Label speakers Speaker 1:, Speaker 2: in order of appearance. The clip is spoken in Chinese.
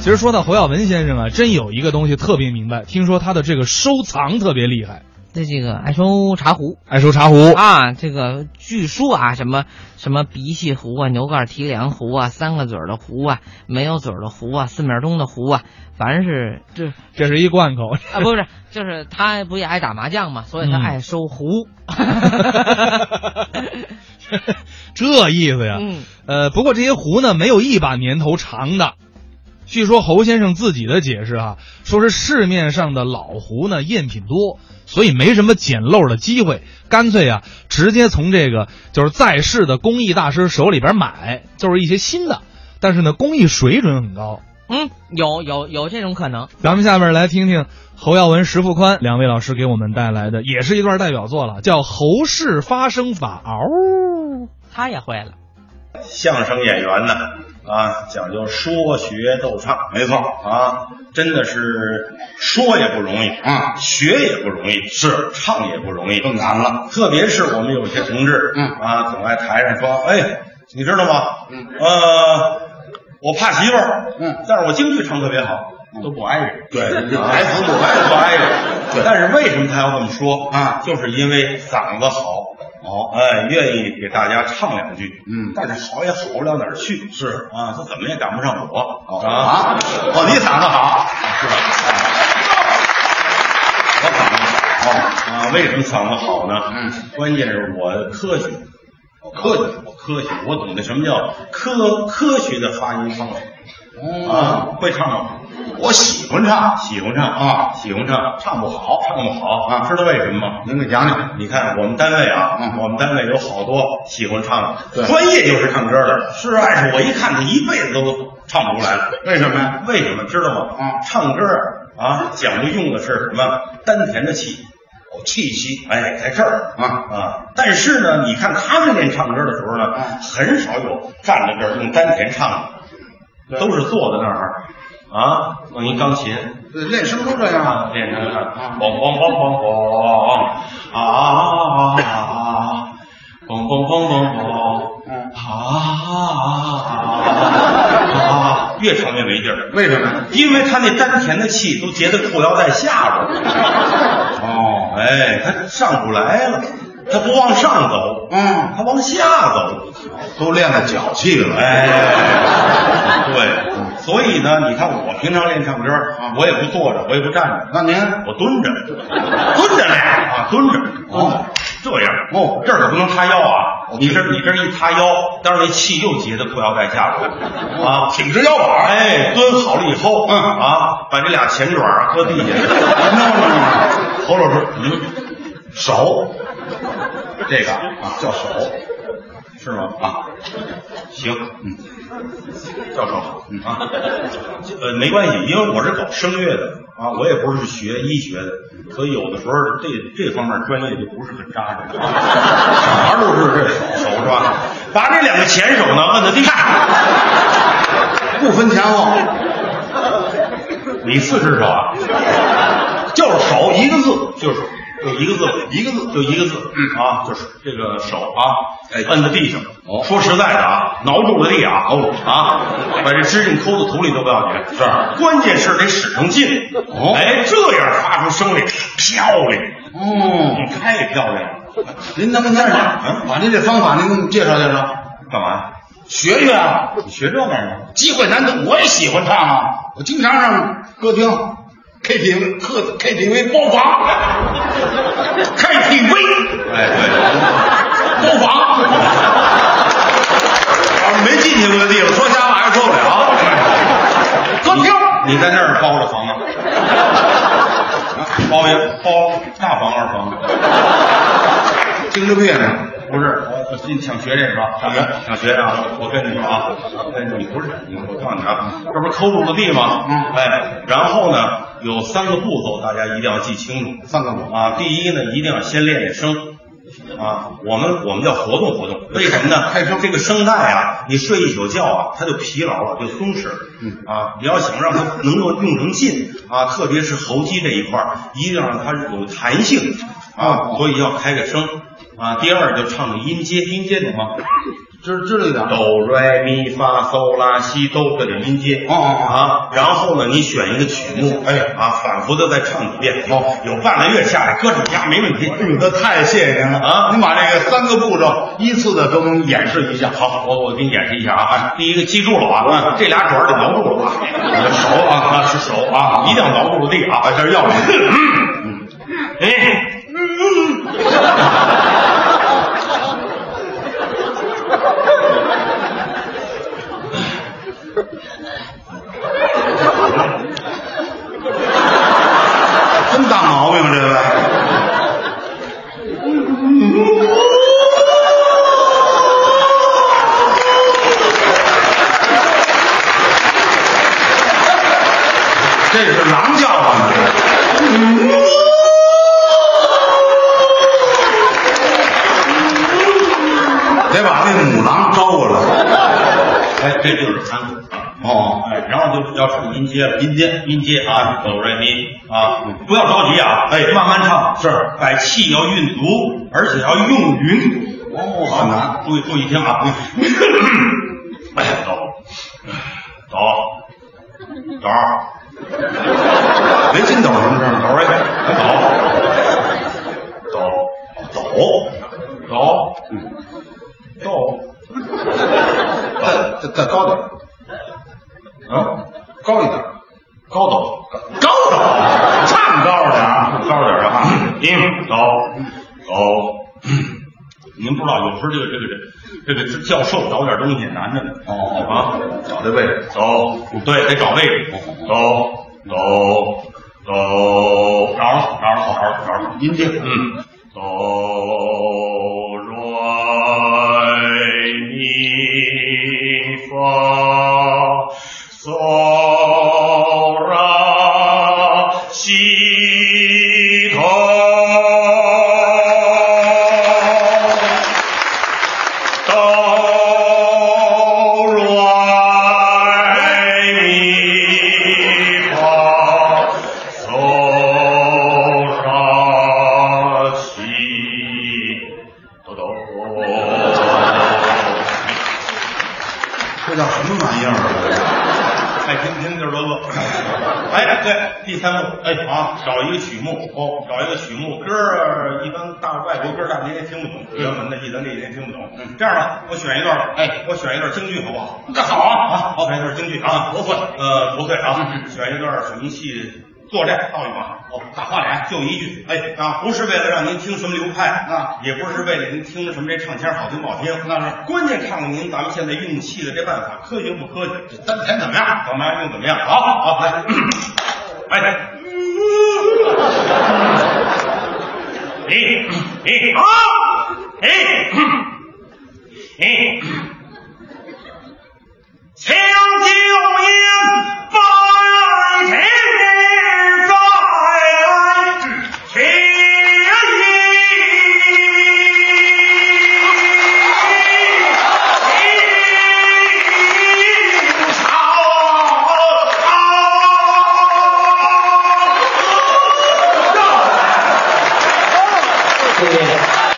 Speaker 1: 其实说到侯耀文先生啊，真有一个东西特别明白，听说他的这个收藏特别厉害，
Speaker 2: 这这个爱收茶壶
Speaker 1: 爱收茶壶。
Speaker 2: 啊，这个据说啊，什么什么鼻涕壶啊、牛盖提梁壶啊、三个嘴儿的壶啊、没有嘴儿的壶啊、四面钟的壶啊，反正是这
Speaker 1: 这是一贯 口，
Speaker 2: 啊，不是，就是他不也爱打麻将嘛，所以他
Speaker 1: 嗯
Speaker 2: 爱收壶。
Speaker 1: 这意思呀。
Speaker 2: 嗯
Speaker 1: 呃，不过这些壶呢，没有一把年头长的。据说侯先生自己的解释啊，说是市面上的老壶呢赝品多，所以没什么捡漏的机会，干脆啊直接从这个就是在世的工艺大师手里边买，就是一些新的，但是呢工艺水准很高。
Speaker 2: 嗯，有有有这种可能。
Speaker 1: 咱们下面来听听侯耀文、石富宽两位老师给我们带来的，也是一段代表作了，叫《侯氏发声法》。嗷，
Speaker 2: 他也会了，
Speaker 3: 相声演员呢，啊，讲究说学逗唱，没错啊，真的是说也不容易啊，学也不容易，是唱也不容易，更难了。特别是我们有些同志，嗯啊，总爱台上说，哎，你知道吗？嗯，呃，我怕媳妇儿，嗯，但是我京剧唱特别好。都不挨着，对， 挨不不挨着不挨着，对。但是为什么他要这么说啊？就是因为嗓子好，哦，哎，愿意给大家唱两句，嗯，但是好也好不了哪儿去，是啊，他怎么也赶不上我啊！哦，你嗓子好，是吧？我嗓子好啊，为什么嗓子好呢？嗯，关键是我科学，我科学，我科学，我懂得什么叫科科学的发音方式。啊，会唱吗？我喜欢唱，喜欢唱啊，喜欢唱，唱不好，唱不好啊，知道为什么吗？您给讲讲。你看我们单位啊，我们单位有好多喜欢唱的，专业就是唱歌的。是，但是我一看他一辈子都唱不出来了， 为什么呀？为什么知道吗？啊，唱歌啊，讲究用的是什么？丹田的气。哦，气息，哎，在这儿啊啊！但是呢，你看他们练唱歌的时候呢，很少有站在这儿用丹田唱的，都是坐在那儿啊，弄一钢琴，
Speaker 4: 练声都这样啊。
Speaker 3: 练成那儿，梆梆梆梆梆啊啊啊，梆梆梆梆梆啊啊，越唱越没劲儿，
Speaker 4: 为什么呀？
Speaker 3: 因为他那丹田的气都结在裤腰带下边儿。哦，哎，他上不来了，他不往上走，
Speaker 4: 嗯，
Speaker 3: 他往下走。
Speaker 4: 都练了脚气了。
Speaker 3: 哎，对，所以呢，你看我平常练唱歌，我也不坐着，我也不站着，
Speaker 4: 那您
Speaker 3: 我蹲着，蹲着练啊，蹲着，蹲着，这样哦，这儿可不能塌腰啊！你这你这一塌腰，当然那气又结到裤腰带下边了啊， 挺直腰板，哎，蹲好了以后，嗯啊，把这俩前爪儿啊搁 地下，嗯侯老师，嗯，手，这个啊叫手，是吗？啊，行，嗯。教授，嗯啊，呃，没关系，因为我是搞声乐的啊，我也不是学医学的，所以有的时候这这方面专业就不是很扎实。哪儿都是这手手是吧？把这两个前手呢摁在地上，
Speaker 4: 不分前后，
Speaker 3: 你四只手啊，就是手一个字，就是手就一个字，一个字就一个字，嗯啊，就是这个手啊，
Speaker 4: 哎
Speaker 3: 摁在地上。
Speaker 4: 哦
Speaker 3: 说实在的啊，挠住了地啊，哦啊，把这指甲抠到土里都不要紧。是，关键是得使上劲。哦，哎，这样发出声来漂亮，
Speaker 4: 哦，
Speaker 3: 嗯，太漂亮了。
Speaker 4: 您能不能嗯把您这方法您给我们介绍介绍，
Speaker 3: 干嘛？
Speaker 4: 学学啊？
Speaker 3: 你学这干嘛？
Speaker 4: 机会难得，我也喜欢唱啊，我经常上歌厅、KTV、客 KTV 包房、KTV
Speaker 3: 哎，对，
Speaker 4: 包房，
Speaker 3: 要是没进去过的地方，说瞎话还受不了。
Speaker 4: 歌厅
Speaker 3: 你在那儿包了房啊？包一包大房二房？
Speaker 4: 精神病呢？
Speaker 3: 不是，我你想学这个吧？想学，想学啊！我跟你说啊，哎，你不是你，我告诉你啊，这不是抠住了地吗？
Speaker 4: 嗯
Speaker 3: 哎，然后呢，有三个步骤，大家一定要记清楚。
Speaker 4: 三个我
Speaker 3: 啊，第一呢，一定要先练练声。啊，我们我们要活动活动，为什么呢？
Speaker 4: 开声
Speaker 3: 这个声带啊，你睡一宿觉啊，它就疲劳了，就松弛了。嗯啊，你要想让它能够用成劲啊，特别是喉肌这一块儿，一定要让它有弹
Speaker 4: 哦
Speaker 3: 性啊，所以要开个声啊。第二就唱的音阶，音阶懂吗？
Speaker 4: 知知道一点儿。
Speaker 3: 哆、来、咪、发、嗦、拉、西都这里音阶。
Speaker 4: 哦哦哦
Speaker 3: 啊，然后呢，你选一个曲目，哎啊，反复的再唱几遍。
Speaker 4: 哦
Speaker 3: 有半个月下来，搁这家没问题。
Speaker 4: 哎呦，那太谢谢您了
Speaker 3: 啊
Speaker 4: 您把这个三个步骤依次的给我们演示一下。嗯
Speaker 3: 好，我我给你演示一下啊。第一个记住了啊，这俩爪儿得挠住了啊，
Speaker 4: 熟啊
Speaker 3: 啊是熟啊，一定要挠住了地啊，这是要领。 嗯哎，
Speaker 4: 嗯真大毛病，这位。这是狼叫啊！得把那母狼招过来。
Speaker 3: 哎，这就是三个。
Speaker 4: 哦，
Speaker 3: 哎，然后就要唱音阶了，音阶，音阶啊，哆来咪啊，
Speaker 4: 嗯
Speaker 3: 不要着急啊，哎，慢慢唱，是，把气要运足，而且要用匀。
Speaker 4: 哦，很难。嗯
Speaker 3: 注意注意听啊！ 哎呀，走，走，走，
Speaker 4: 没筋斗什么事
Speaker 3: 走
Speaker 4: 儿？
Speaker 3: 哎，走，走，走，走，
Speaker 4: 嗯
Speaker 3: 走，
Speaker 4: 再再再高点儿，啊，
Speaker 3: 嗯
Speaker 4: 高一点儿，
Speaker 3: 高走，
Speaker 4: 高点儿，唱高点儿。
Speaker 3: 高点儿啊！嗯，走，走。您不知道，有时候这个这个这这个教授找点东西难着呢。啊，
Speaker 4: 哦找这位置，
Speaker 3: 走，对，得找位置，走，走，走，找了，找了，找了，找了，
Speaker 4: 音阶，
Speaker 3: 嗯，哦走，来，咪，发，嗦，啦，西，哆。哆来咪发嗦啦西哆哆。
Speaker 4: 这叫什么玩意儿啊？
Speaker 3: 哎，听听这轮子。哎，对，第三幕，哎啊，找一个曲目，哦，找一个曲目，歌儿一般大外国歌儿大家也听不懂，原文的意大利人也听不懂。
Speaker 4: 嗯
Speaker 3: 这样吧，我选一段吧，哎，我选一段京剧好不好？
Speaker 4: 这好啊，嗯
Speaker 3: 好，我选一段京剧啊，国粹，呃，国粹啊，选一段水泥戏。作战到一马，哦，打花脸就一句，哎啊，不是为了让您听什么流派
Speaker 4: 啊，
Speaker 3: 也不是为了您听什么这唱腔好听不好听，
Speaker 4: 那是
Speaker 3: 关键看看您咱们现在用气的这办法科学不科学，这丹田怎么样？怎么样用怎么样？好，好，来，哎，你你啊，哎。